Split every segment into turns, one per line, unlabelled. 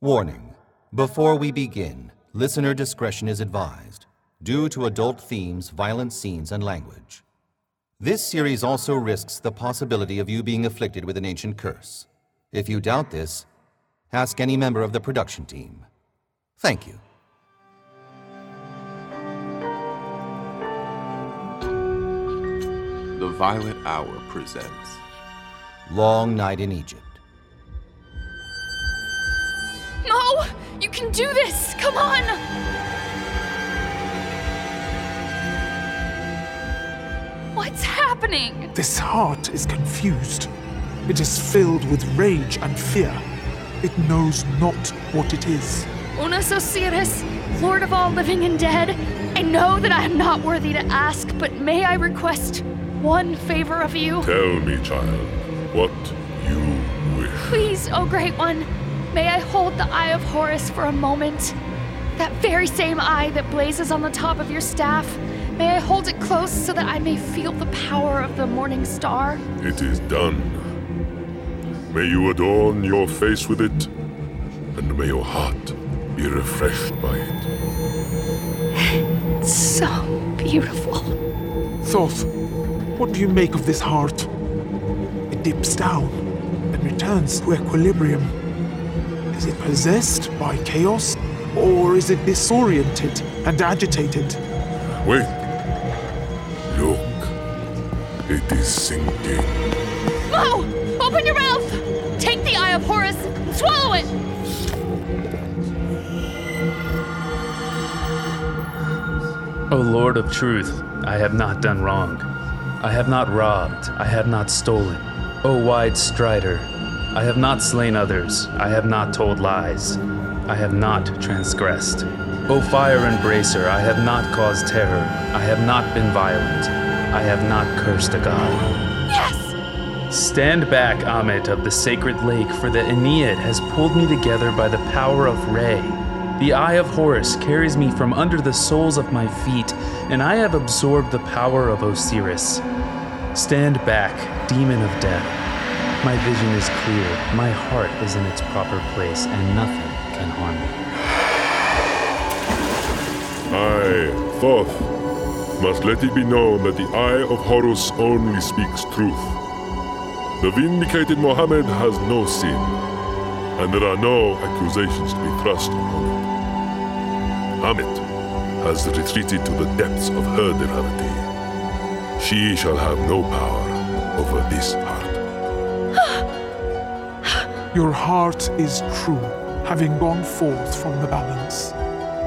Warning Before we begin, listener discretion is advised due to adult themes, violent scenes, and language. This series also risks the possibility of you being afflicted with an ancient curse. If you doubt this, ask any member of the production team. Thank you.
The Violet Hour presents
Long Night in Egypt.
Mo, you can do this. Come on. What's happening?
This heart is confused. It is filled with rage and fear. It knows not what it is.
Unos Osiris, Lord of all living and dead, I know that I am not worthy to ask, but may I request one favor of you?
Tell me, child, what you wish.
Please, O Great One, may I hold the Eye of Horus for a moment? That very same eye that blazes on the top of your staff. May I hold it close so that I may feel the power of the morning star?
It is done. May you adorn your face with it, and may your heart be refreshed by it.
So beautiful.
Thoth, what do you make of this heart? It dips down and returns to equilibrium. Is it possessed by chaos? Or is it disoriented and agitated?
Wait. Look. It is sinking.
Mo, Oh, open your mouth! Take the Eye of Horus and swallow it!
O Lord of truth, I have not done wrong. I have not robbed. I have not stolen. O wide strider, I have not slain others. I have not told lies. I have not transgressed. O fire embracer, I have not caused terror. I have not been violent. I have not cursed a god.
Yes!
Stand back, Amit of the sacred lake, for the Aeneid has pulled me together by the power of Re. The eye of Horus carries me from under the soles of my feet, and I have absorbed the power of Osiris. Stand back, demon of death. My vision is clear, my heart is in its proper place, and nothing can harm me.
I, Thoth, must let it be known that the Eye of Horus only speaks truth. The vindicated Mohammed has no sin, and there are no accusations to be thrust upon it. Amit has retreated to the depths of her depravity. She shall have no power over this heart.
Your heart is true, having gone forth from the balance.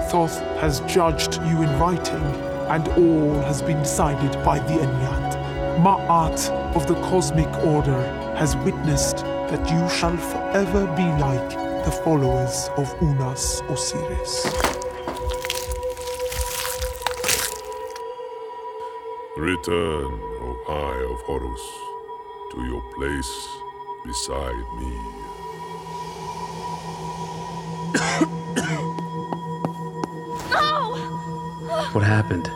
Thoth has judged you inviting, and all has been decided by the Enyat. Ma'at of the Cosmic Order has witnessed that you shall forever be like the followers of Unas Osiris.
Return, O Eye of Horus, to your place beside me.
what happened.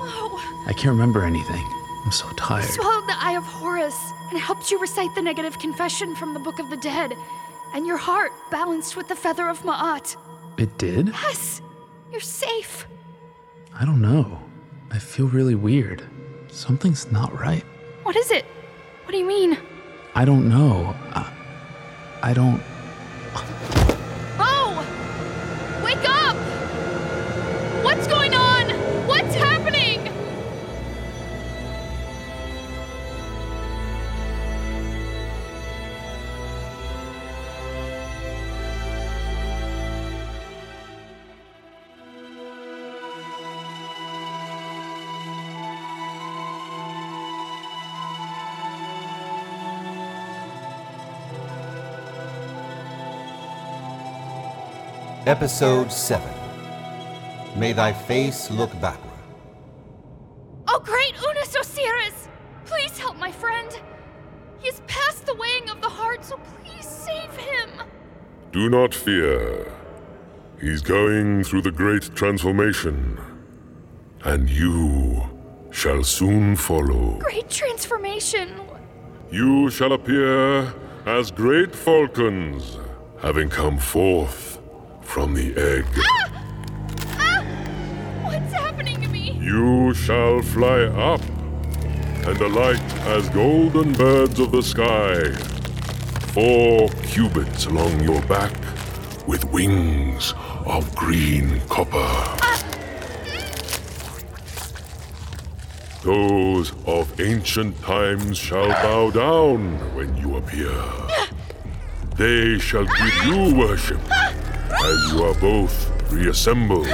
I can't remember anything. I'm so
I
tired.
swallowed the Eye of Horus and helped you recite the negative confession from the Book of the Dead, and your heart balanced with the feather of Ma'at.
It did?
Yes, you're safe.
I don't know. I feel really weird. Something's not right.
What is it? What do you mean?
I don't know. I, I don't.
Bo! Oh! Wake up! What's going on? What's happening?
Episode 7 May Thy Face Look Backward.
Oh, great Unus Osiris! Please help my friend. He has passed the weighing of the heart, so please save him.
Do not fear. He's going through the great transformation. And you shall soon follow.
Great transformation.
You shall appear as great falcons, having come forth from the egg.
Ah! What's happening to me?
You shall fly up and alight as golden birds of the sky, four cubits along your back, with wings of green copper. Those of ancient times shall bow down when you appear. They shall give you worship as you are both reassembled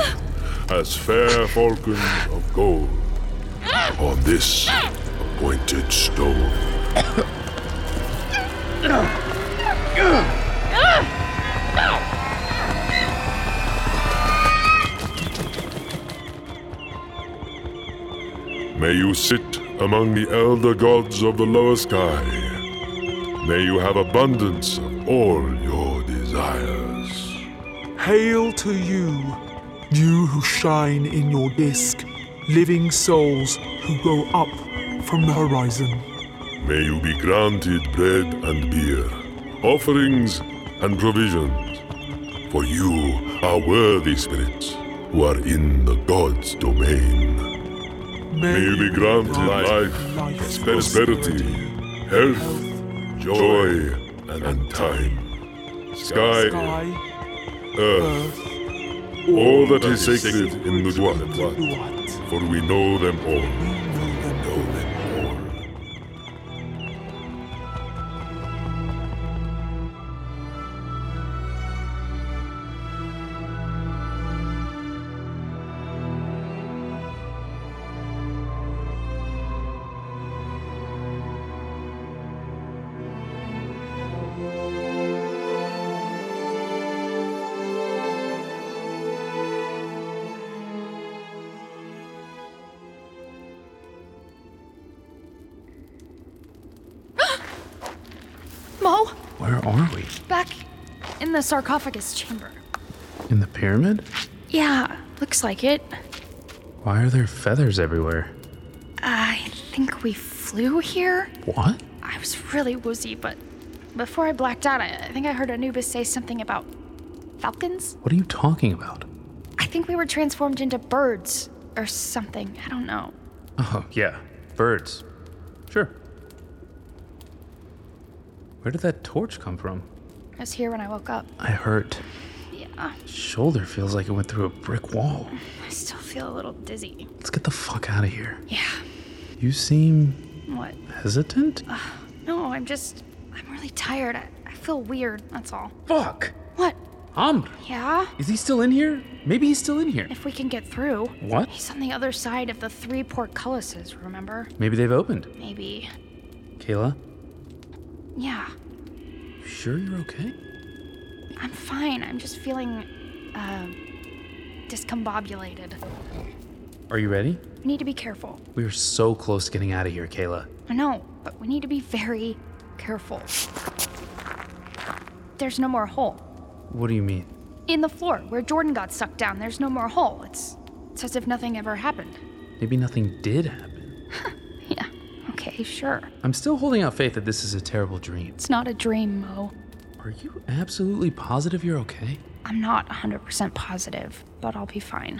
as fair falcons of gold on this appointed stone. May you sit among the elder gods of the lower sky. May you have abundance of all your desires.
Hail to you, you who shine in your disk, living souls who go up from the horizon.
May you be granted bread and beer, offerings and provisions. For you are worthy spirits who are in the gods' domain. May you be granted life, prosperity, health, joy, and time. Sky,
Sky,
earth, all that is sacred in the Dwat,
what?
for we know them all.
Mo,
Where are we?
back in the sarcophagus chamber.
In the pyramid?
Yeah, looks like it.
Why are there feathers everywhere?
I think we flew here.
What?
I was really woozy, but before I blacked out, I, I think I heard Anubis say something about falcons.
What are you talking about?
I think we were transformed into birds or something. I don't know.
Oh, yeah. Birds. Sure. Where did that torch come from?
I was here when I woke up.
I hurt.
Yeah,
Shoulder feels like it went through a brick wall.
I still feel a little dizzy.
Let's get the fuck out of here.
Yeah.
You seem
What? Uh,
hesitant?
No, I'm just. I'm really tired. I, I feel weird, that's all.
Fuck!
What?
Amr!
Yeah?
Is he still in here? Maybe he's still in here.
If we can get through.
What?
He's on the other side of the three portcullises, remember?
Maybe they've opened.
Maybe.
Kayla,
Yeah.
you sure you're okay?
I'm fine. I'm just feeling, uh, discombobulated.
Are you ready?
We need to be careful.
We are so close to getting out of here, Kayla.
I know, but we need to be very careful. There's no more hole.
What do you mean?
In the floor, where Jordan got sucked down, there's no more hole. It's, it's as if nothing ever happened.
Maybe nothing did happen.
Yeah, okay, sure.
I'm still holding out faith that this is a terrible dream.
It's not a dream, Mo.
Are you absolutely positive you're okay?
I'm not 100% positive, but I'll be fine.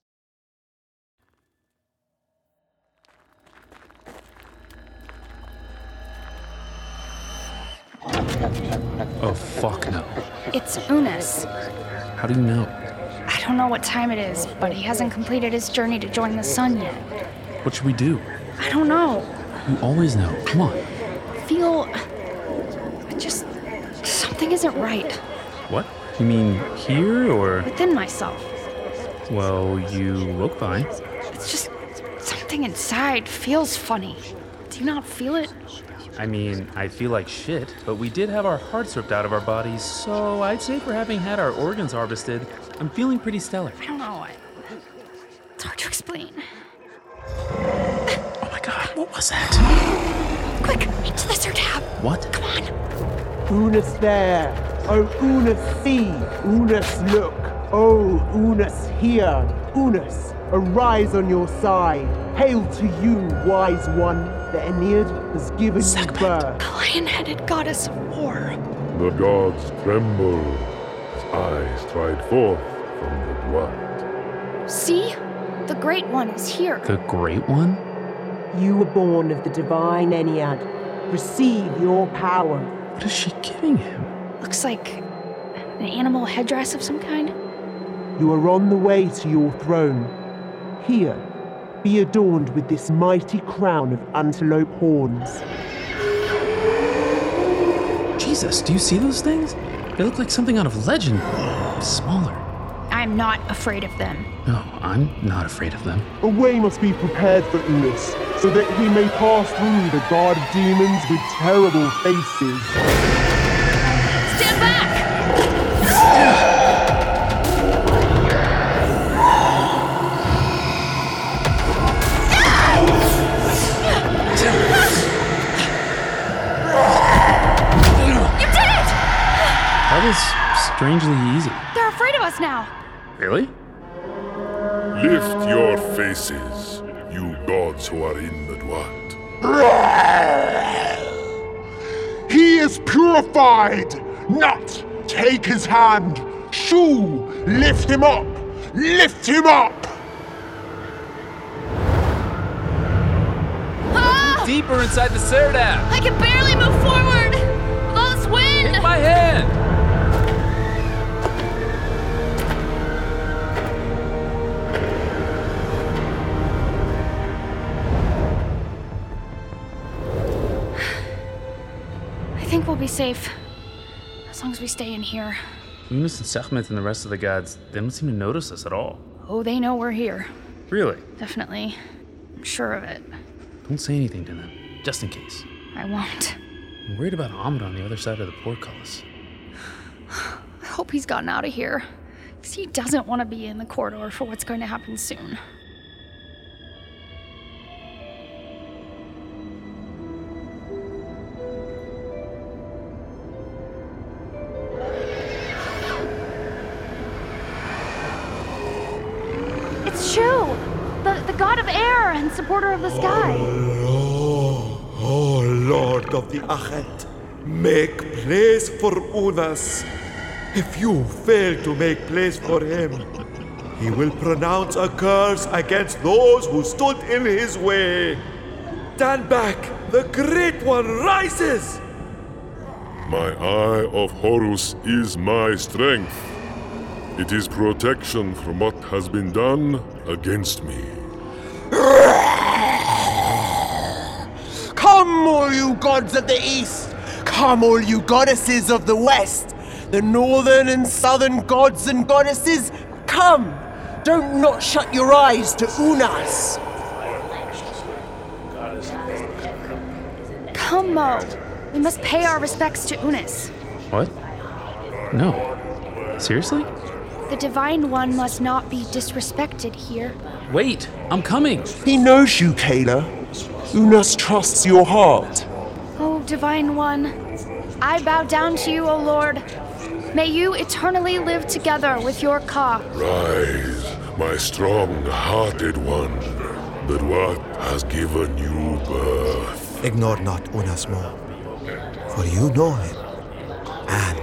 Oh, fuck no.
It's Unis.
How do you know?
I don't know what time it is, but he hasn't completed his journey to join the sun yet.
What should we do?
I don't know.
You always know. Come on.
Feel. I just. Something isn't right
What? You mean here or?
within myself.
Well, you look fine.
It's just. Something inside feels funny. Do you not feel it?
I mean, I feel like shit, but we did have our hearts ripped out of our bodies, so I'd say for having had our organs harvested, I'm feeling pretty stellar.
I don't know. I, it's hard to explain.
Oh my god, what was that?
Quick, into the Zerdab.
What?
Come on.
Unis there. Oh, Unis see. Unis look. Oh, Unis hear. Unis, arise on your side. Hail to you, wise one. The Aeneid has given you birth.
The lion headed goddess of war.
The gods tremble. His eyes stride forth from the blood.
See? The Great One is here.
The Great One?
You were born of the divine Ennead. Receive your power.
What is she giving him?
Looks like an animal headdress of some kind.
You are on the way to your throne. Here, be adorned with this mighty crown of antelope horns.
Jesus, do you see those things? They look like something out of legend. Smaller.
I'm not afraid of them.
No, I'm not afraid of them.
A way must be prepared for Unis, so that he may pass through the guard of demons with terrible faces.
Stand back! You did it!
That was strangely easy.
They're afraid of us now.
Really?
Lift your faces, you gods who are in the Dwat.
He is purified! Not take his hand! Shoo! Lift him up! Lift him up!
Ah!
Deeper inside the Serdab!
I can barely move forward! With all this wind!
My hand!
I think we'll be safe. As long as we stay in here.
Unis and Sekhmet and the rest of the gods, they don't seem to notice us at all.
Oh, they know we're here.
Really?
Definitely. I'm sure of it.
Don't say anything to them, just in case.
I won't.
I'm worried about Ahmed on the other side of the portcullis.
I hope he's gotten out of here. Because he doesn't want to be in the corridor for what's going to happen soon. It's Shu, the, the god of air and supporter of the sky.
Oh, oh, Lord of the Achet, make place for Unas. If you fail to make place for him,
He will pronounce a curse against those who stood in his way. Stand back! The Great One rises!
My Eye of Horus is my strength. It is protection from what has been done against me.
Come, all you gods of the east! Come, all you goddesses of the west! The northern and southern gods and goddesses, come! Don't not shut your eyes to Unas!
Come, Mo. We must pay our respects to Unis.
What? No. Seriously?
The Divine One must not be disrespected here.
Wait, I'm coming.
He knows you, Kayla. Unas trusts your heart.
Oh, Divine One, I bow down to you, O Lord. May you eternally live together with your Ka.
Rise, my strong hearted one, that what has given you birth.
Ignore not Unas more, for you know him, and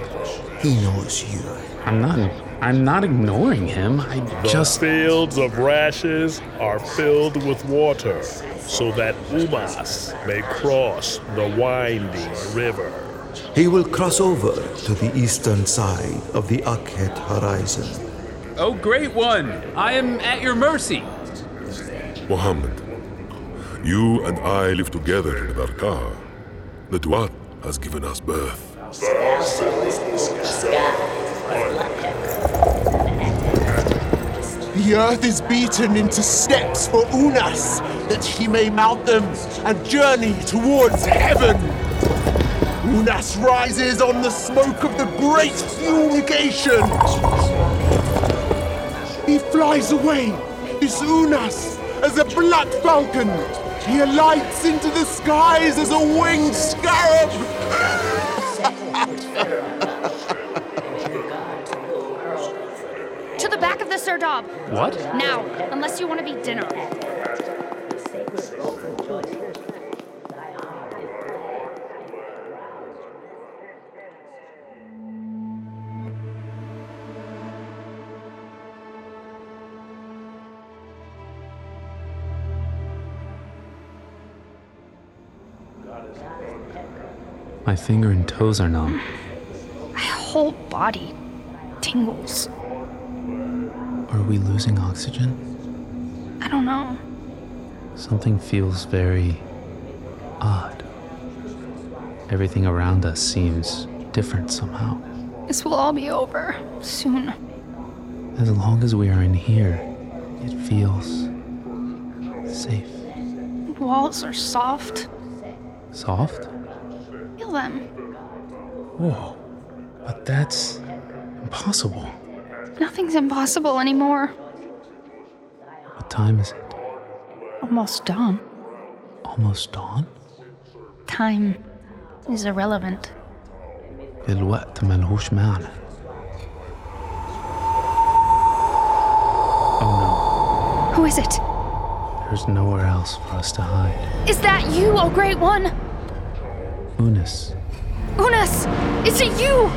he knows you.
I'm not. I'm not ignoring him. I
The
just.
fields of rashes are filled with water, so that Umas may cross the winding river.
He will cross over to the eastern side of the Akhet horizon.
Oh, great one! I am at your mercy.
Mohammed, you and I live together in Darkar. That what has given us birth.
The earth is beaten into steps for Unas, that she may mount them and journey towards heaven.
Unas rises on the smoke of the great fumigation. He flies away, this Unas, as a black falcon. He alights into the skies as a winged scarab.
To the back of the Serdab.
What?
Now, unless you want to be dinner.
My finger and toes are numb.
My whole body tingles.
Are we losing oxygen?
I don't know.
Something feels very odd. Everything around us seems different somehow.
This will all be over soon.
As long as we are in here, it feels safe.
Walls are soft.
Soft?
Feel them.
Whoa. But that's impossible.
Nothing's impossible anymore.
What time is it?
Almost dawn.
Almost dawn?
Time is irrelevant.
الوقت ملهوش معنى.
Who is it?
Oh There's nowhere else for us to hide.
Is that you, O Great One?
Unis.
Unas! Is it you?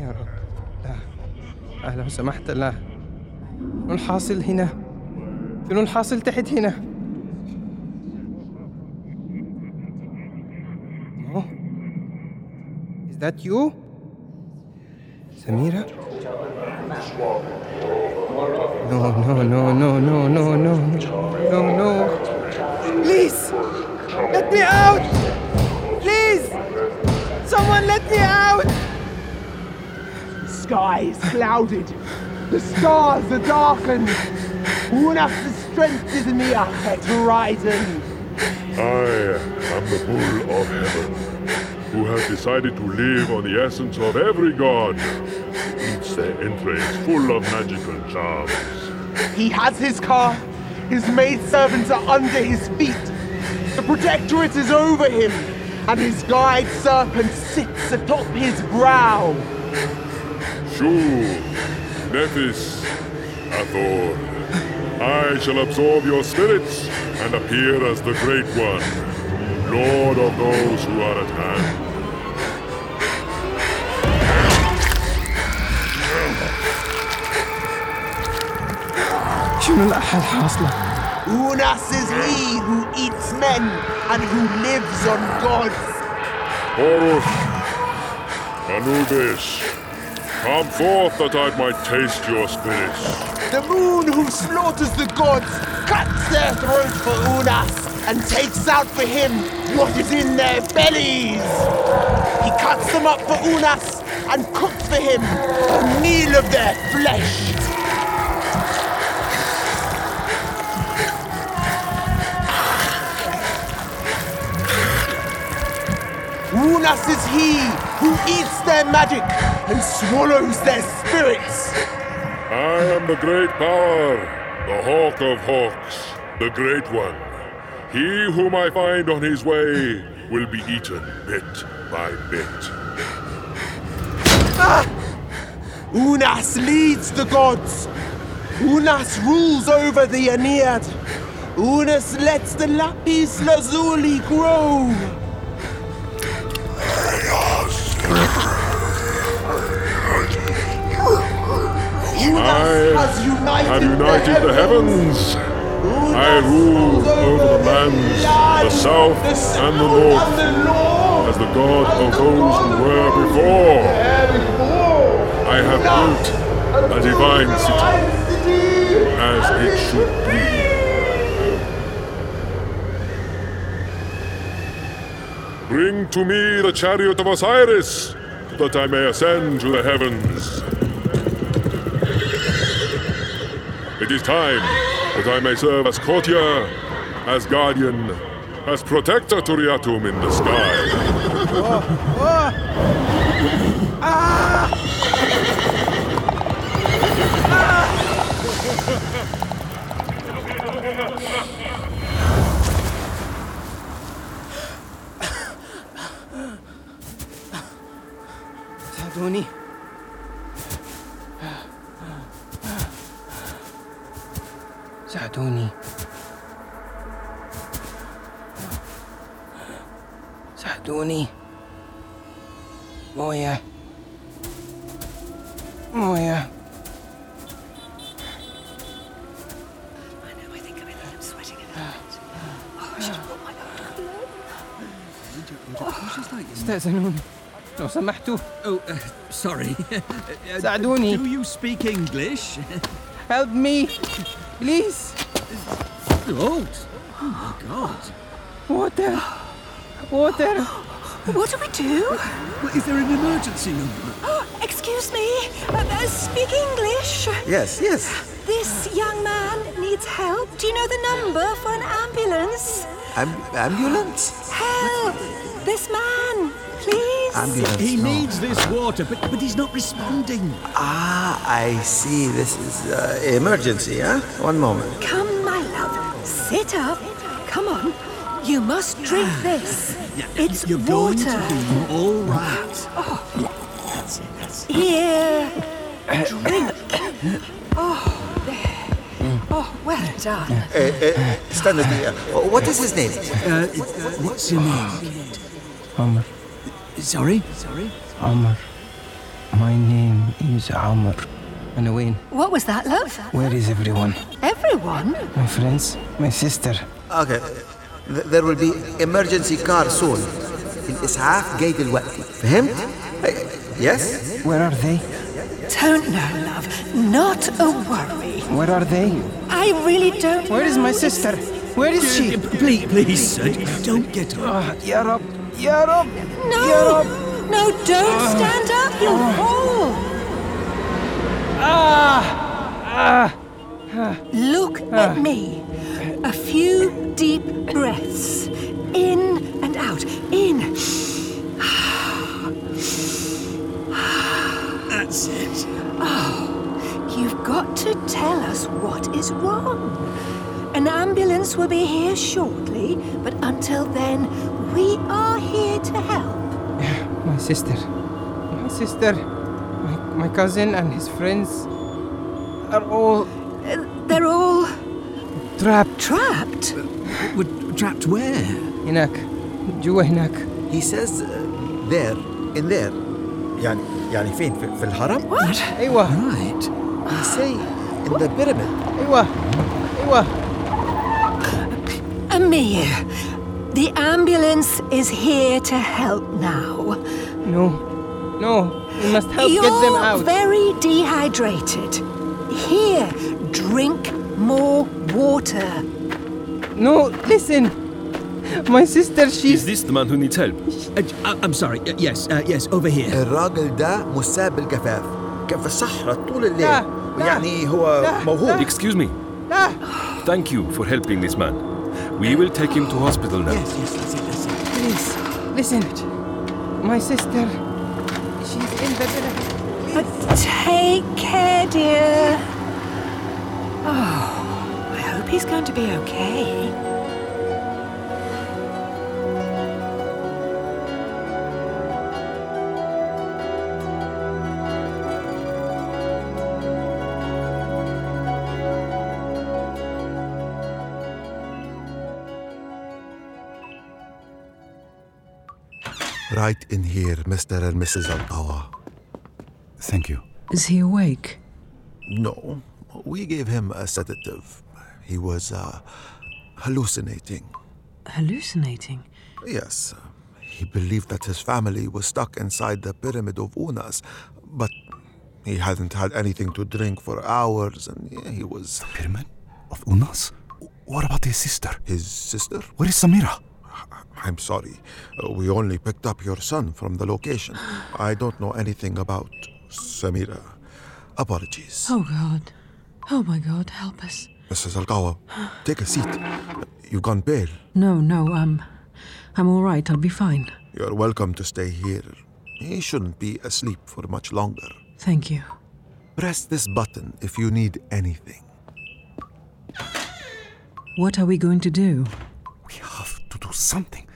يا رب لا لا لو سمحت لا شنو الحاصل هنا شنو الحاصل تحت هنا No. Is that you? سميرة؟ No, no, no, no, no, no, no, no, no. Please, let me out! Please, someone let me out!
The sky is clouded. The stars are darkened. Unas' strength is in the upper horizon.
I am the Bull of Heaven, who has decided to live on the essence of every god. Eats their entrails full of magical charms.
He has his car. His maidservants are under his feet. The protectorate is over him, and his guide serpent sits atop his brow.
Shu, Nephis, Athor, I shall absorb your spirits and appear as the Great One, Lord of those who are at hand.
شنو الأحد حاصله؟
Unas is he who eats men and who lives on gods.
Horus, Anubis, come forth that I might taste your spirits.
The moon who slaughters the gods cuts their throats for Unas and takes out for him what is in their bellies. He cuts them up for Unas and cooks for him a meal of their flesh. Unas is he who eats their magic and swallows their spirits.
I am the great power, the hawk of hawks, the great one. He whom I find on his way will be eaten bit by bit.
Ah! Unas leads the gods. Unas rules over the Aeneid. Unas lets the lapis lazuli grow.
I have united the heavens. I rule over the lands, the south and the north, as the god of those who were before. I have built a divine city, as it should be. Bring to me the chariot of Osiris, that I may ascend to the heavens. It is time that I may serve as courtier, as guardian, as protector to Riatum in the sky.
ساعدوني ساعدوني ساعدوني موية موية استأذنوني لو سمحتوا
Oh, uh, sorry.
ساعدوني.
Do you speak English?
Help me, please.
Bloat. Oh my God.
Water. Water.
What do we do?
Well, is there an emergency number?
Excuse me. Uh, uh, speak English.
Yes, yes.
This young man needs help. Do you know the number for an ambulance?
Am- ambulance?
Help! This man, please.
Ambulance.
He
no.
needs this water, but but he's not responding.
Ah, I see. This is uh, emergency, huh? One moment.
Come, my love. Sit up. Come on. You must drink this. It's
You're going
water.
to be all right.
Oh, That's it. That's it. Here. Drink.
Uh,
Oh, there. Oh, well done.
Uh, uh, stand with me. Uh, what is his name?
Uh, what's your name?
Amr.
Sorry? Sorry?
Amr. My name is Amr. And Wayne,
What was that, love?
where is everyone?
Everyone?
My friends, my sister.
Oh, Okay. th- There will be emergency car soon. الإسعاف جاي دلوقتي. فهمت؟ Yes?
Where are they?
Don't know, love. Not a worry.
Where are they?
I really don't.
Where is my sister? Where is she?
Please, please, sir, don't get up.
Ah, Ya Rab, Ya Rab,
No!
Ya Rab.
No, don't stand up. You'll fall.
Ah,
Look at me. A few deep breaths. In and out. In.
That's it.
Oh, You've got to tell us what is wrong. An ambulance will be here shortly, but until then, we are here to help.
my sister, my sister, my, my cousin and his friends are all
Uh, They're all
Trapped.
Trapped? We're trapped where?
هناك جوا هناك
He says uh, there, in there. يعني يعني فين؟ في, في الهرم؟
What?
أيوة
Right.
He say in the pyramid.
أيوة أيوة
Uh, Amir, the ambulance is here to help now.
No, no, we must help
You're
get them out.
very dehydrated. Here, drink more water.
No, listen. My sister, she.
Is this the man who needs help?
I, I'm sorry. Uh, yes, uh, yes, over here.
الراجل ده مساب بالجفاف. كان في الصحراء طول
آه،
الليل. يعني هو موهوب.
Excuse me.
Ah,
Thank you for helping this man. We will take him to hospital now.
Yes, yes, yes, yes. yes.
Please, listen. My sister. She's in the village.
But take care, dear. Oh, I hope he's going to be okay.
Right in here, Mr. and Mrs. Altawa.
Thank you. Is he awake?
No, we gave him a sedative. He was uh, hallucinating.
Hallucinating.
Yes, he believed that his family was stuck inside the pyramid of Unas, but he hadn't had anything to drink for hours, and yeah, he was. The
pyramid of Unas? What about his sister?
His sister?
Where is Samira?
I'm sorry. Uh, We only picked up your son from the location. I don't know anything about Samira. Apologies.
Oh, God. Oh, my God, help us.
Mrs. Algawa, take a seat. You've gone pale.
No, no, um, I'm all right. I'll be fine.
You're welcome to stay here. He shouldn't be asleep for much longer.
Thank you.
Press this button if you need anything.
What are we going to do?
We have to do something.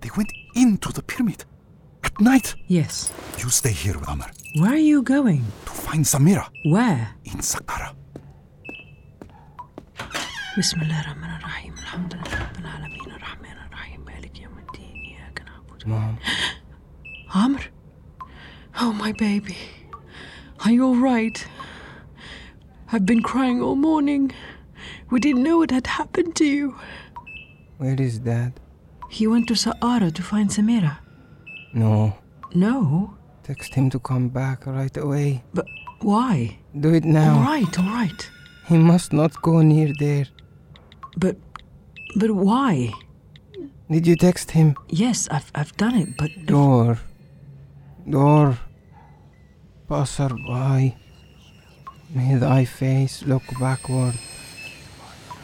They went into the pyramid. At night.
Yes.
You stay here with Amr.
Where are you going?
To find Samira.
Where?
In Saqqara.
Bismillah ar-Rahman ar-Rahim. Alhamdulillah Rabbil Alameen. Ar-Rahman ar-Rahim. Malik Yawm al-Din. Iyyaka na'budu.
Mom.
Amr? Oh, my baby. Are you all right? I've been crying all morning. We didn't know what had happened to you.
Where is dad?
He went to Sa'ara to find Samira.
No.
No?
Text him to come back right away.
But why?
Do it now.
All right, all right.
He must not go near there.
But but why?
Did you text him?
Yes, I've I've done it, but
Door. Door. Passerby. May thy face look backward.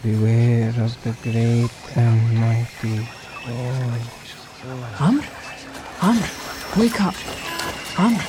Beware of the great and mighty God.
Amr? Amr, wake up. Amr.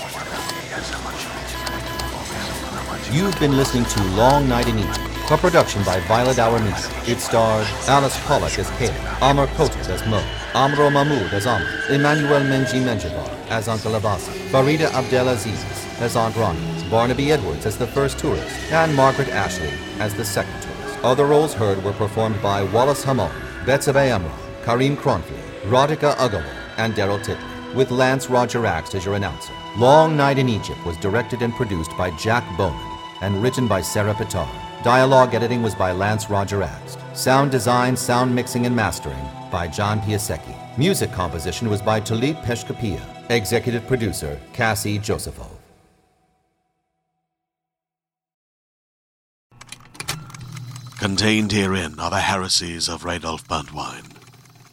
You've been listening to Long Night in Egypt, a production by Violet Hour Media. It stars Alice Pollock as Caleb, Amr Kotas as Mo, Amro Mahmoud as Amr, Emmanuel Menji Menjibar as Uncle Abbasi, Farida Abdelaziz as Aunt Ronnie, Barnaby Edwards as the first tourist, and Margaret Ashley as the second tourist. Other roles heard were performed by Wallace Hamon, Betsabé Amro, Karim Cronfield, Radhika Agarwal, and Daryl Titley with Lance Roger Axe as your announcer. Long Night in Egypt was directed and produced by Jack Bowman and written by Sarah Pitar. Dialogue editing was by Lance Roger Axe. Sound design, sound mixing, and mastering by John Piasecki. Music composition was by Talib Peshkapia. Executive producer Cassie Josepho.
Contained herein are the heresies of Radolf Burntwine,